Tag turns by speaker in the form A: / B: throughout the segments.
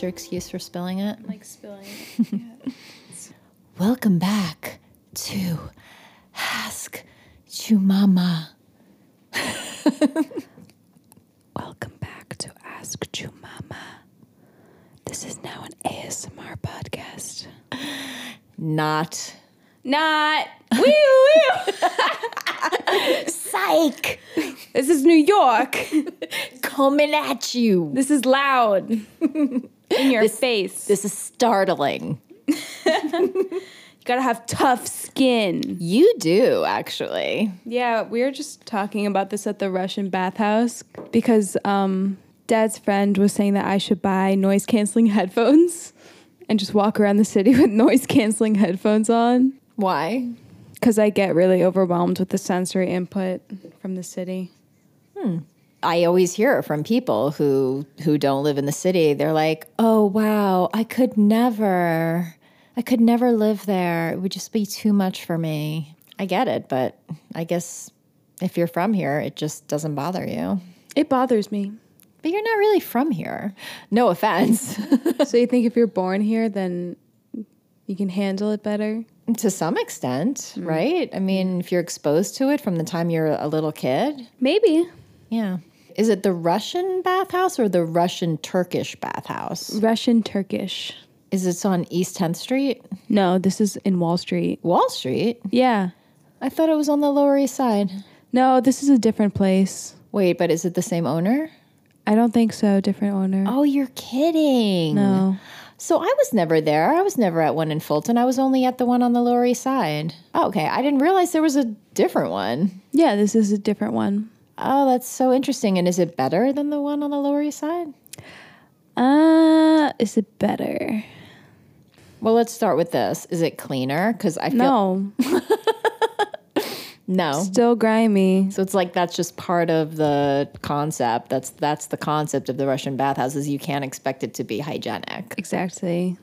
A: your excuse for spilling it?
B: like spilling. it. Yeah.
A: Welcome back to Ask Chumama.
C: Welcome back to Ask Chumama. This is now an ASMR podcast.
A: Not
C: Not woo woo.
A: psych
C: This is New York.
A: coming at you.
C: This is loud in your face.
A: This is startling.
C: You gotta have tough skin.
A: You do, actually.
C: Yeah, we were just talking about this at the Russian bathhouse because um, Dad's friend was saying that I should buy noise canceling headphones and just walk around the city with noise canceling headphones on.
A: Why?
C: because I get really overwhelmed with the sensory input from the city.
A: I always hear it from people who who don't live in the city. They're like, "Oh wow, I could never. I could never live there. It would just be too much for me." I get it, but I guess if you're from here, it just doesn't bother you.
C: It bothers me.
A: But you're not really from here. No offense.
C: so you think if you're born here, then you can handle it better?
A: to some extent, right? I mean, if you're exposed to it from the time you're a little kid,
C: Maybe.
A: yeah. Is it the Russian bathhouse or the Russian Turkish bathhouse?
C: Russian Turkish.
A: Is it on East 10th Street?
C: No, this is in Wall Street.
A: Wall Street?
C: Yeah.
A: I thought it was on the Lower East Side.
C: No, this is a different place.
A: Wait, but is it the same owner?
C: I don't think so. Different owner.
A: Oh, you're kidding.
C: No.
A: So I was never there. I was never at one in Fulton. I was only at the one on the Lower East Side. Oh, okay. I didn't realize there was a different one.
C: Yeah, this is a different one.
A: Oh, that's so interesting. And is it better than the one on the Lower East Side?
C: Uh, is it better?
A: Well, let's start with this. Is it cleaner? Because I feel no.
C: No. Still grimy.
A: So it's like that's just part of the concept. That's that's the concept of the Russian bathhouses. You can't expect it to be hygienic.
C: Exactly.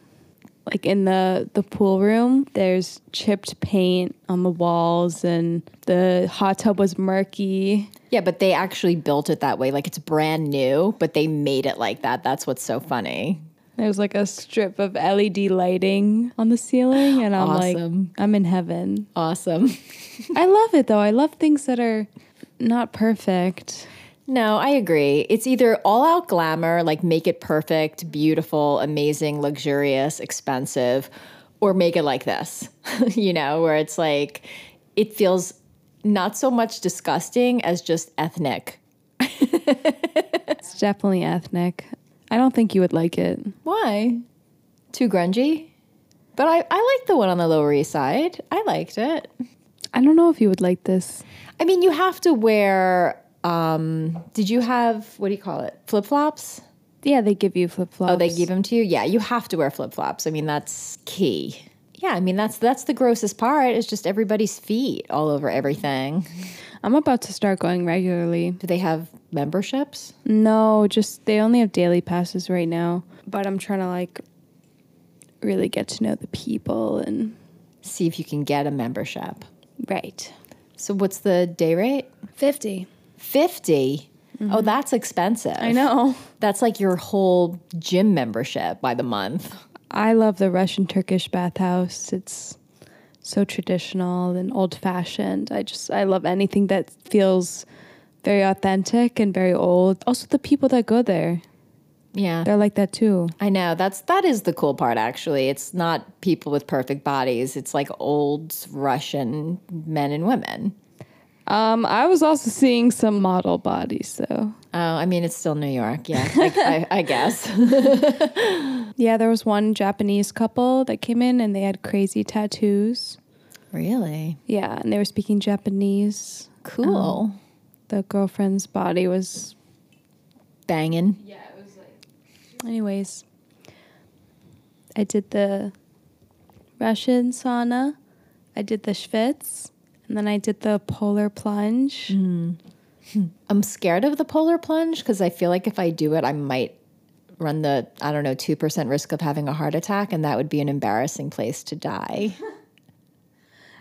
C: Like in the the pool room, there's chipped paint on the walls, and the hot tub was murky.
A: Yeah, but they actually built it that way. Like it's brand new, but they made it like that. That's what's so funny.
C: There's like a strip of LED lighting on the ceiling, and I'm
A: Awesome.
C: like, I'm in heaven.
A: Awesome.
C: I love it though. I love things that are not perfect.
A: No, I agree. It's either all out glamour, like make it perfect, beautiful, amazing, luxurious, expensive, or make it like this, you know, where it's like it feels not so much disgusting as just ethnic.
C: It's definitely ethnic. I don't think you would like it.
A: Why? Too grungy? But I, I liked the one on the Lower East Side. I liked it.
C: I don't know if you would like this.
A: I mean, you have to wear, um, did you have, what do you call it? Flip flops?
C: Yeah, they give you flip flops.
A: Oh, they give them to you. Yeah, you have to wear flip flops. I mean, that's key. Yeah, I mean that's that's the grossest part. It's just everybody's feet all over everything.
C: I'm about to start going regularly.
A: Do they have memberships?
C: No, just they only have daily passes right now. But I'm trying to like really get to know the people and
A: See if you can get a membership.
C: right.
A: So what's the day rate?
C: 50.
A: 50 Oh, that's expensive.
C: I know.
A: That's like your whole gym membership by the month.
C: I love the Russian Turkish bathhouse. It's so traditional and old fashioned. I just I love anything that feels very authentic and very old. Also the people that go there,
A: Yeah.
C: they're like that too.
A: I know. That's that is the cool part actually. It's not people with perfect bodies. It's like old Russian men and women.
C: Um I was also seeing some model bodies though.
A: Oh, I mean, it's still New York. Yeah, I, I, I guess.
C: Yeah, there was one Japanese couple that came in and they had crazy tattoos.
A: Really?
C: Yeah, and they were speaking Japanese.
A: Cool.
C: The girlfriend's body was,
A: Banging.
C: anyways. I did the Russian sauna, I did the Schwitz, and then I did the polar plunge.
A: I'm scared of the polar plunge because I feel like if I do it, I might run the, I don't know, 2% risk of having a heart attack, and that would be an embarrassing place to die.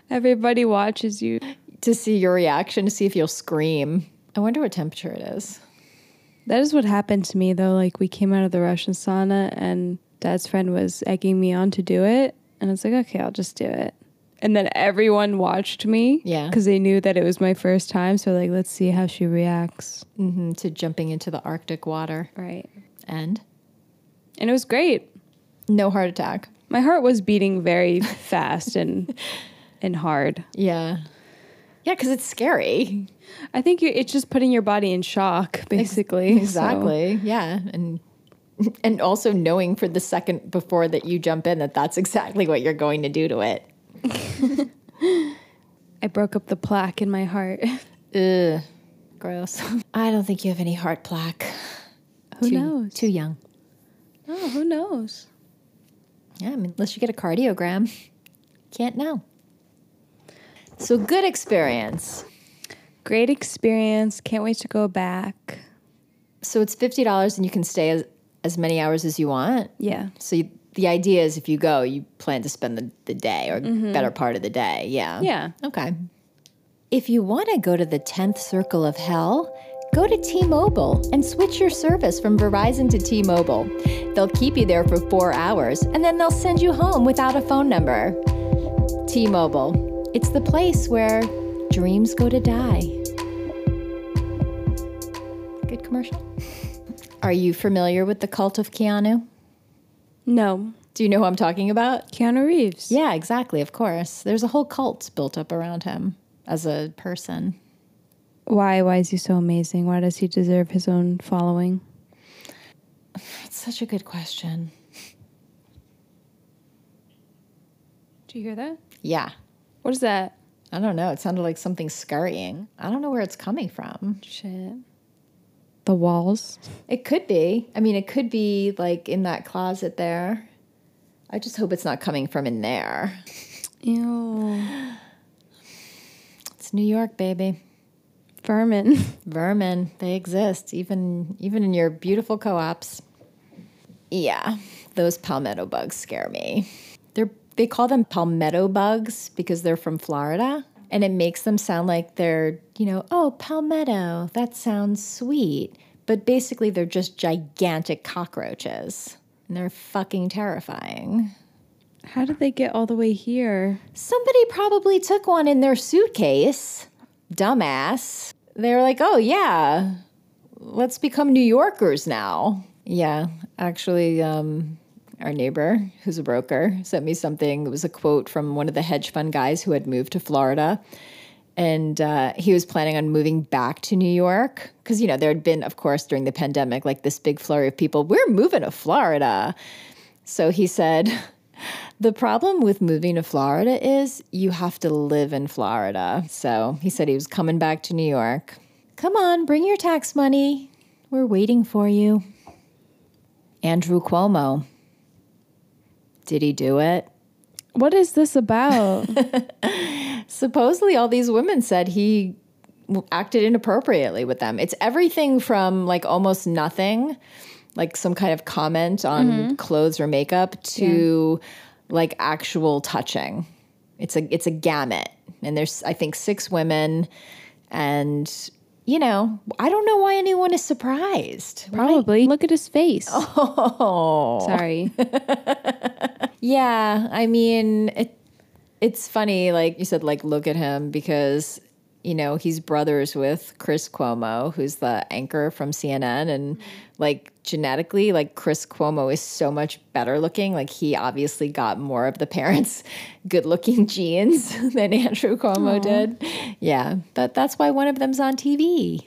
C: Everybody watches you.
A: to see your reaction, to see if you'll scream. I wonder what temperature it is.
C: That is what happened to me though. Like we came out of the Russian sauna and dad's friend was egging me on to do it. And I was like, okay, I'll just do it. And then everyone watched me.
A: Yeah.
C: Because they knew that it was my first time. So like, let's see how she reacts.
A: hmm to jumping into the Arctic water.
C: Right.
A: And
C: And it was great.
A: no heart attack.
C: My heart was beating very fast and and hard.
A: Yeah. Yeah, because it's scary.
C: I think you, it's just putting your body in shock, basically. So-
A: Exactly. Yeah. And and also knowing for the second before that you jump in that that's exactly what you're going to do to it.
C: I broke up the plaque in my heart.
A: Ugh. Gross. I don't think you have any heart plaque.
C: Who
A: too,
C: knows?
A: Too young.
C: Oh, who knows?
A: Yeah, I mean, unless you get a cardiogram, can't know. So good experience.
C: Great experience. Can't wait to go back.
A: So it's fifty dollars, and you can stay as, as many hours as you want.
C: Yeah.
A: So you, the idea is, if you go, you plan to spend the, the day or better part of the day. Yeah.
C: Yeah.
A: Okay. If you want to go to the 10th circle of hell, go to T Mobile and switch your service from Verizon to T Mobile. They'll keep you there for four hours and then they'll send you home without a phone number. T Mobile, it's the place where dreams go to die. Good commercial. Are you familiar with the cult of Keanu?
C: No.
A: Do you know who I'm talking about?
C: Keanu Reeves.
A: Yeah, exactly. Of course. There's a whole cult built up around him as a person.
C: Why? Why is he so amazing? Why does he deserve his own following?
A: That's such a good question.
C: Do you hear that?
A: Yeah.
C: What is that?
A: I don't know. It sounded like something scurrying. I don't know where it's coming from.
C: Shit. The walls.
A: It could be. I mean, it could be like in that closet there. I just hope it's not coming from in there.
C: Ew.
A: It's New York, baby.
C: Vermin.
A: Vermin, they exist even even in your beautiful co-ops. Yeah, those palmetto bugs scare me. They're they call them palmetto bugs because they're from Florida and it makes them sound like they're, you know, oh, palmetto, that sounds sweet. But basically they're just gigantic cockroaches and they're fucking terrifying.
C: How did they get all the way here?
A: Somebody probably took one in their suitcase. Dumbass. They're like, oh, yeah, let's become New Yorkers now. Yeah, actually, um, our neighbor, who's a broker, sent me something. It was a quote from one of the hedge fund guys who had moved to Florida. And uh, he was planning on moving back to New York because, you know, there had been, of course, during the pandemic, like this big flurry of people, we're moving to Florida. So he said, The problem with moving to Florida is you have to live in Florida. So he said he was coming back to New York. Come on, bring your tax money. We're waiting for you. Andrew Cuomo. Did he do it?
C: What is this about?
A: supposedly all these women said he w- acted inappropriately with them. It's everything from like almost nothing, like some kind of comment on clothes or makeup to like actual touching. It's a it's a gamut. And there's I think six women and you know, I don't know why anyone is surprised.
C: Probably. Look at his face.
A: Oh.
C: Sorry.
A: Yeah, I mean, it, it's funny, like you said, like look at him because you know he's brothers with Chris Cuomo, who's the anchor from CNN, and like genetically, like Chris Cuomo is so much better looking. Like he obviously got more of the parents' good looking genes than Andrew Cuomo did. Yeah, but that's why one of them's on TV,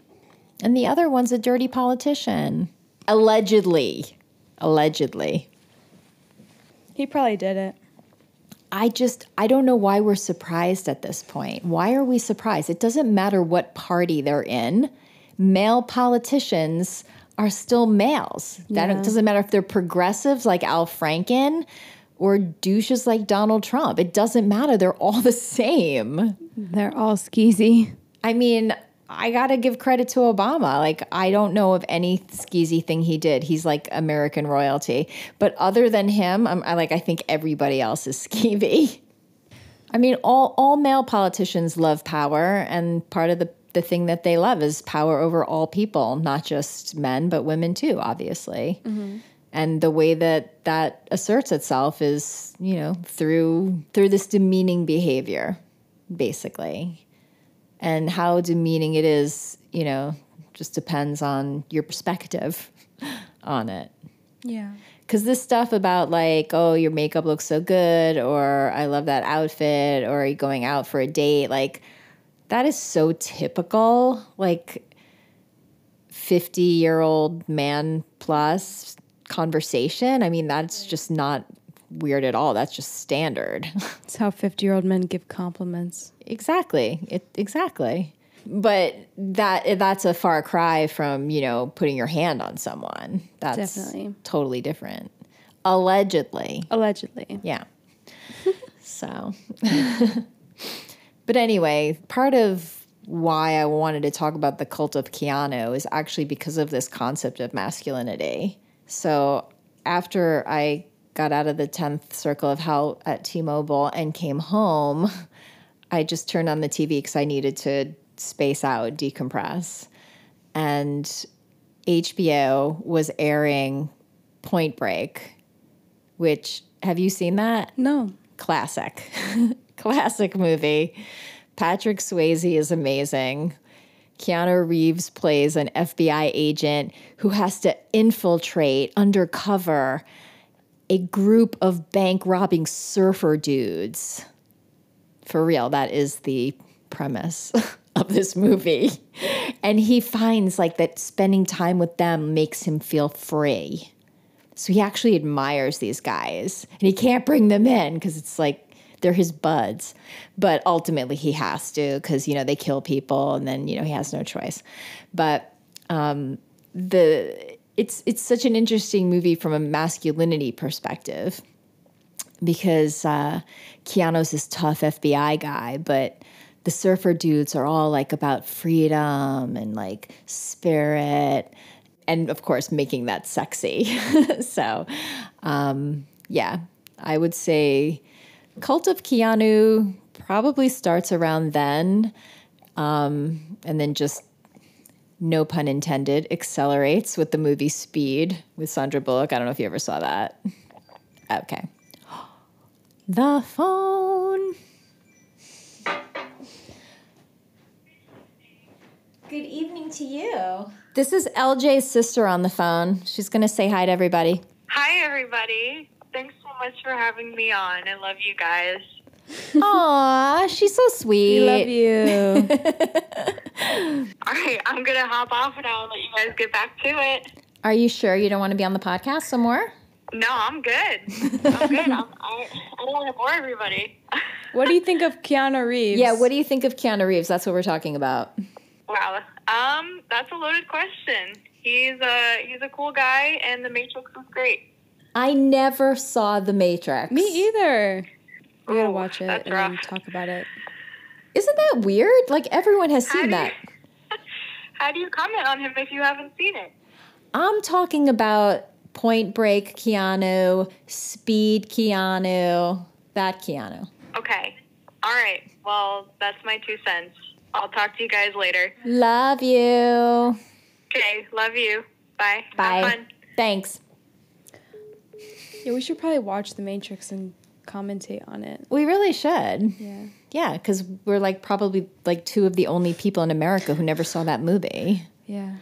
A: and the other one's a dirty politician, allegedly, allegedly.
C: he probably did it.
A: I just I don't know why we're surprised at this point. Why are we surprised? It doesn't matter what party they're in. Male politicians are still males. That
C: Yeah.
A: it doesn't matter if they're progressives like Al Franken or douches like Donald Trump. It doesn't matter. They're all the same.
C: They're all skeezy.
A: I mean, I got to give credit to Obama. Like, I don't know of any skeezy thing he did. He's like American royalty. But other than him, I'm, I like, I think everybody else is skeevy. I mean, all, all male politicians love power, and part of the the thing that they love is power over all people, not just men, but women too, obviously. And the way that that asserts itself is, you know, through through this demeaning behavior, basically. And how demeaning it is, you know, just depends on your perspective on it.
C: Yeah.
A: Because this stuff about like, oh, your makeup looks so good, or I love that outfit, or are you going out for a date? Like, that is so typical. Like, 50 year old man plus conversation. I mean, that's just not weird at all. That's just standard.
C: It's how 50 year old men give compliments.
A: Exactly. It, exactly. But that that's a far cry from you know putting your hand on someone. That's
C: Definitely.
A: totally different. Allegedly,
C: Allegedly.
A: yeah. so, but anyway, part of why I wanted to talk about the cult of Keanu is actually because of this concept of masculinity. So, after I got out of the 10th circle of hell at T Mobile and came home, I just turned on the TV because I needed to space out, decompress. And HBO was airing Point Break, which have you seen that?
C: No.
A: classic, classic movie. Patrick Swayze is amazing. Keanu Reeves plays an FBI agent who has to infiltrate undercover a group of bank robbing surfer dudes. For real, that is the premise of this movie. And he finds like that spending time with them makes him feel free. So he actually admires these guys and he can't bring them in because it's like they're his buds. But ultimately he has to because, you know, they kill people and then, you know, he has no choice. But um, the it's it's such an interesting movie from a masculinity perspective because uh, Keanu's this tough FBI guy, but the surfer dudes are all like about freedom and like spirit, and of course making that sexy. so, um, yeah, I would say Cult of Keanu probably starts around then, um, and then just no pun intended accelerates with the movie Speed with Sandra Bullock. I don't know if you ever saw that. Okay. The phone. Good evening to you. This is LJ's sister on the phone. She's going to say hi to everybody.
D: Hi, everybody. Thanks so much for having me on. I love you guys.
A: Aw, she's so sweet.
C: We love you.
D: All right, I'm going to hop off and I'll let you guys get back to it.
A: Are you sure you don't want to be on the podcast some more?
D: No, I'm good. I'm good. I'm, I, I don't want to bore everybody.
C: what do you think of Keanu Reeves?
A: Yeah, what do you think of Keanu Reeves? That's what we're talking about.
D: Wow. Um, that's a loaded question. He's a, he's a cool guy, and The Matrix was great.
A: I never saw The Matrix.
C: Me either. We gotta
D: Ooh,
C: watch it
D: that's
C: and then
D: rough.
C: talk about it.
A: Isn't that weird? Like everyone has
D: How
A: seen
D: do you-
A: that.
D: How do you comment on him if you haven't seen it?
A: I'm talking about Point Break Keanu, Speed Keanu, that Keanu.
D: Okay. All right. Well, that's my two cents. I'll talk to you guys later.
A: Love you.
D: Okay. Love you. Bye.
A: Bye.
D: Have fun.
A: Thanks.
C: Yeah, we should probably watch The Matrix and commentate on it.
A: We really should.
C: Yeah.
A: Yeah, because we're like probably like two of the only people in America who never saw that movie.
C: Yeah.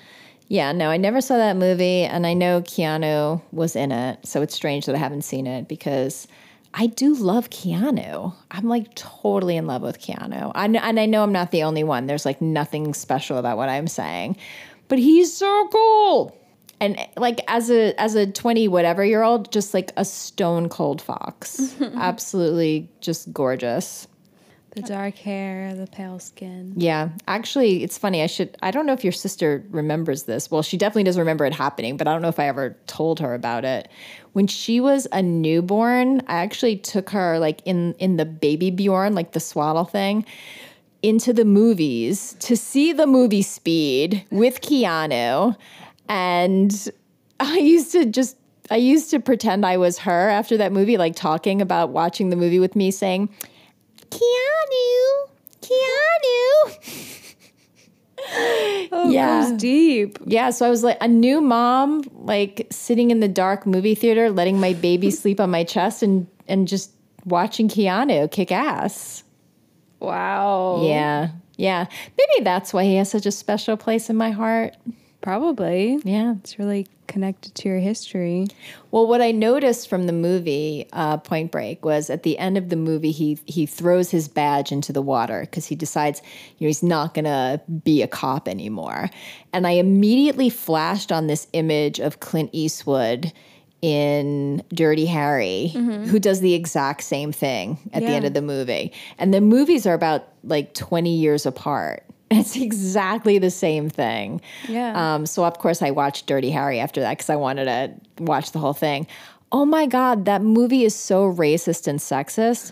A: Yeah, no, I never saw that movie, and I know Keanu was in it, so it's strange that I haven't seen it because I do love Keanu. I'm like totally in love with Keanu. I kn- and I know I'm not the only one. There's like nothing special about what I'm saying, but he's so cool. And like as a as a 20 whatever year old, just like a stone cold fox. Absolutely just gorgeous.
C: The dark hair, the pale skin.
A: Yeah, actually, it's funny. I should. I don't know if your sister remembers this. Well, she definitely doesn't remember it happening, but I don't know if I ever told her about it. When she was a newborn, I actually took her like in in the baby Bjorn, like the swaddle thing, into the movies to see the movie Speed with Keanu, and I used to just I used to pretend I was her after that movie, like talking about watching the movie with me, saying. Keanu, Keanu. Yeah.
C: Oh, goes deep.
A: Yeah, so I was like a new mom, like sitting in the dark movie theater, letting my baby sleep on my chest and and just watching Keanu kick ass.
C: Wow.
A: Yeah. Yeah. Maybe that's why he has such a special place in my heart.
C: Probably.
A: Yeah.
C: It's really connected to your history.
A: Well, what I noticed from the movie uh, Point Break was at the end of the movie, he he throws his badge into the water because he decides, you know, he's not gonna be a cop anymore. And I immediately flashed on this image of Clint Eastwood in Dirty Harry, who does the exact same thing at the
C: Yeah.
A: end of the movie. And the movies are about like twenty years apart. It's exactly the same thing.
C: Yeah.
A: Um, so of course I watched Dirty Harry after that because I wanted to watch the whole thing. Oh my God, that movie is so racist and sexist.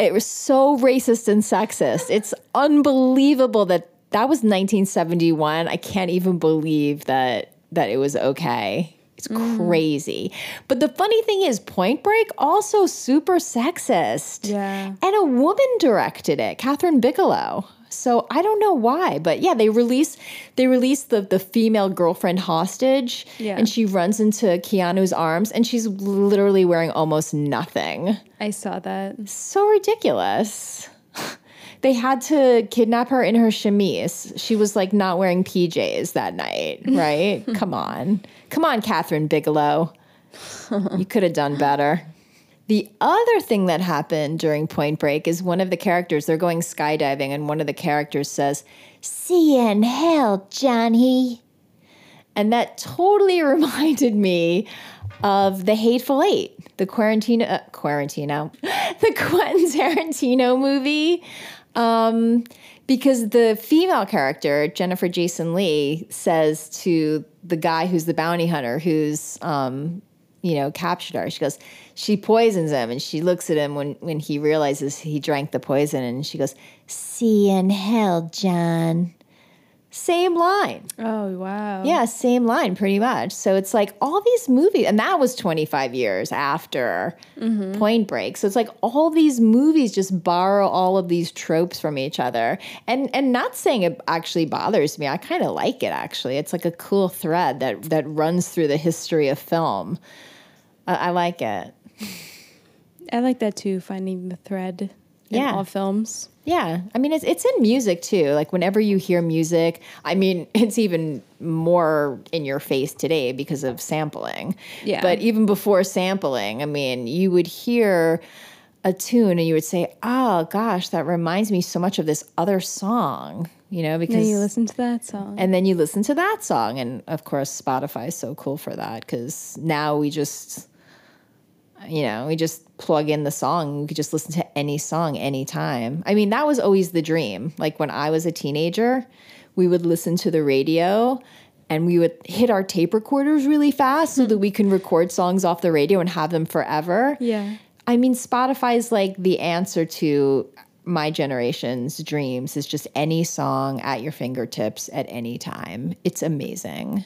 A: It was so racist and sexist. It's unbelievable that that was 1971. I can't even believe that that it was okay. It's
C: Mm.
A: crazy. But the funny thing is, Point Break also super sexist.
C: Yeah.
A: And a woman directed it, Catherine Bigelow. So I don't know why, but yeah, they release they release the the female girlfriend hostage,
C: Yeah.
A: and she runs into Keanu's arms, and she's literally wearing almost nothing.
C: I saw that.
A: So ridiculous. They had to kidnap her in her chemise. She was like not wearing PJs that night, right? Come on. Come on, Catherine Bigelow. You could have done better. The other thing that happened during Point Break is one of the characters, they're going skydiving, and one of the characters says, See you in hell, Johnny. And that totally reminded me of The Hateful Eight, the Quarantino, uh, Quarantino, the Quentin Tarantino movie. Um, because the female character, Jennifer Jason Lee, says to the guy who's the bounty hunter, who's um, you know, captured her. She goes, she poisons him and she looks at him when, when he realizes he drank the poison and she goes, See you in hell, John. Same line.
C: Oh, wow.
A: Yeah, same line pretty much. So it's like all these movies, and that was 25 years after Point Break. So it's like all these movies just borrow all of these tropes from each other. And and not saying it actually bothers me. I kind of like it actually. It's like a cool thread that that runs through the history of film. I, I like it.
C: I like that too, finding the thread in
A: Yeah.
C: all films.
A: Yeah, I mean it's it's in music too. Like whenever you hear music, I mean it's even more in your face today because of sampling.
C: Yeah.
A: But even before sampling, I mean, you would hear a tune and you would say, "Oh gosh, that reminds me so much of this other song." You know,
C: Then
A: because
C: you listen to that song.
A: and then you listen to that song and of course Spotify is so cool for that cuz now we just you know, we just plug in the song. We could just listen to any song anytime. I mean, that was always the dream. Like when I was a teenager, we would listen to the radio and we would hit our tape recorders really fast so that we can record songs off the radio and have them forever.
C: Yeah.
A: I mean, Spotify is like the answer to my generation's dreams is just any song at your fingertips at any time. It's amazing.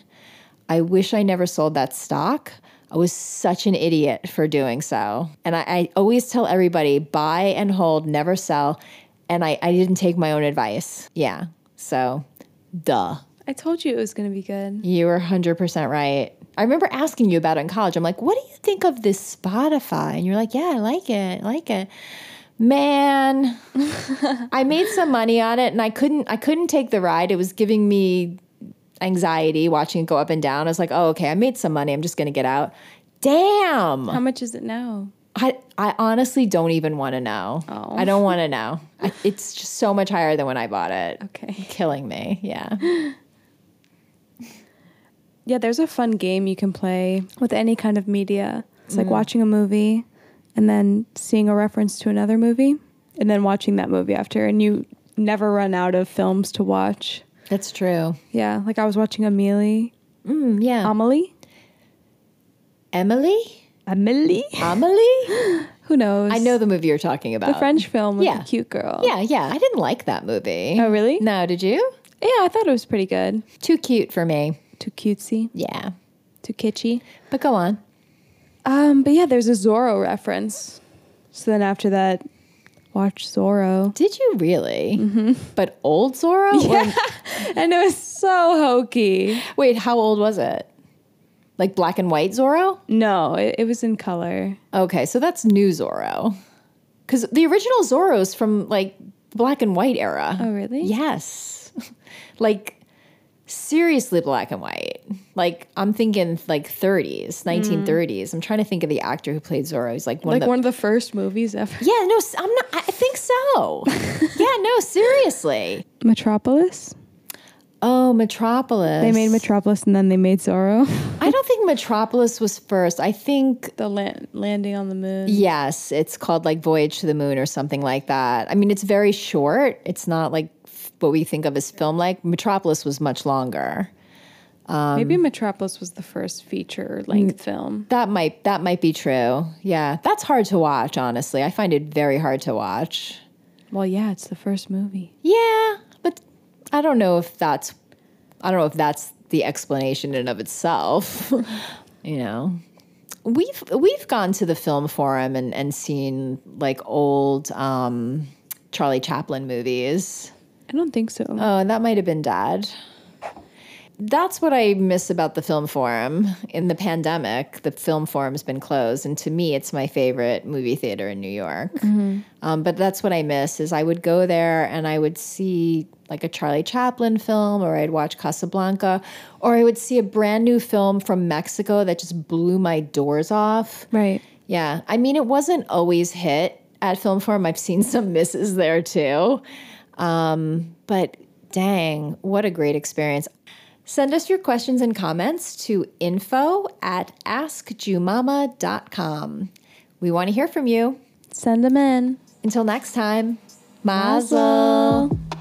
A: I wish I never sold that stock. I was such an idiot for doing so. And I, I always tell everybody buy and hold, never sell. And I, I didn't take my own advice. Yeah. So, duh.
C: I told you it was going to be good.
A: You were 100% right. I remember asking you about it in college. I'm like, what do you think of this Spotify? And you're like, yeah, I like it. I like it. Man, I made some money on it and I couldn't I couldn't take the ride. It was giving me anxiety watching it go up and down. I was like, "Oh, okay, I made some money. I'm just going to get out." Damn.
C: How much is it now?
A: I, I honestly don't even want to know.
C: Oh.
A: I don't want to know. I, it's just so much higher than when I bought it.
C: Okay.
A: Killing me. Yeah.
C: Yeah, there's a fun game you can play with any kind of media. It's
A: Mm.
C: like watching a movie and then seeing a reference to another movie and then watching that movie after. And you never run out of films to watch.
A: That's true.
C: Yeah, like I was watching Amelie.
A: Mm, yeah.
C: Amelie?
A: Emily?
C: Amelie?
A: Amelie?
C: Who knows?
A: I know the movie you're talking about.
C: the French film with
A: Yeah.
C: the cute girl.
A: Yeah, yeah. I didn't like that movie.
C: Oh, really?
A: No, did you?
C: Yeah, I thought it was pretty good.
A: Too cute for me.
C: Too cutesy,
A: Yeah.
C: too kitschy.
A: But go on.
C: Um, but yeah, there's a Zorro reference. So then after that, watch Zorro.
A: Did you really? Mm-hmm. But old Zorro? Or-
C: And it was so hokey.
A: wait, how old was it? Like black and white Zorro?
C: No, it, it was in color.
A: Okay, so that's new Zorro. Because the original Zorro's from like black and white era.
C: Oh, really?
A: Yes. like seriously black and white. Like I'm thinking like 30s, 1930s. I'm trying to think of the actor who played Zorro. He's like one
C: Hmm. like
A: of the
C: one of the first movies ever.
A: Yeah, no, s- I'm not I think so. yeah, no, seriously.
C: Metropolis.
A: Oh, Metropolis.
C: They made Metropolis and then they made Zorro.
A: I don't think Metropolis was first. I think
C: the land, landing on the moon.
A: Yes, it's called like Voyage to the Moon or something like that. I mean, it's very short. It's not like f- what we think of as film like. Metropolis was much longer.
C: Maybe Metropolis was the first feature length film.
A: That might that might be true. Yeah, that's hard to watch, honestly. I find it very hard to watch.
C: Well, yeah, it's the first movie.
A: Yeah, but I don't know if that's I don't know if that's the explanation in and of itself. you know. We've we've gone to the film forum and, and seen like old um, Charlie Chaplin movies.
C: I don't think so.
A: Oh, and that might have been dad. That's what I miss about the film forum. In the pandemic, the film forum's been closed, and to me, it's my favorite movie theater in New York. Um, but that's what I miss is I would go there and I would see like a Charlie Chaplin film, or I'd watch Casablanca, or I would see a brand new film from Mexico that just blew my doors off.
C: right.
A: Yeah. I mean, it wasn't always hit at Film Forum. I've seen some misses there too. Um, but dang, what a great experience. Send us your questions and comments to info at askjumama.com. We want to hear from you.
C: Send them in.
A: Until next time, mazel.
C: Mazel.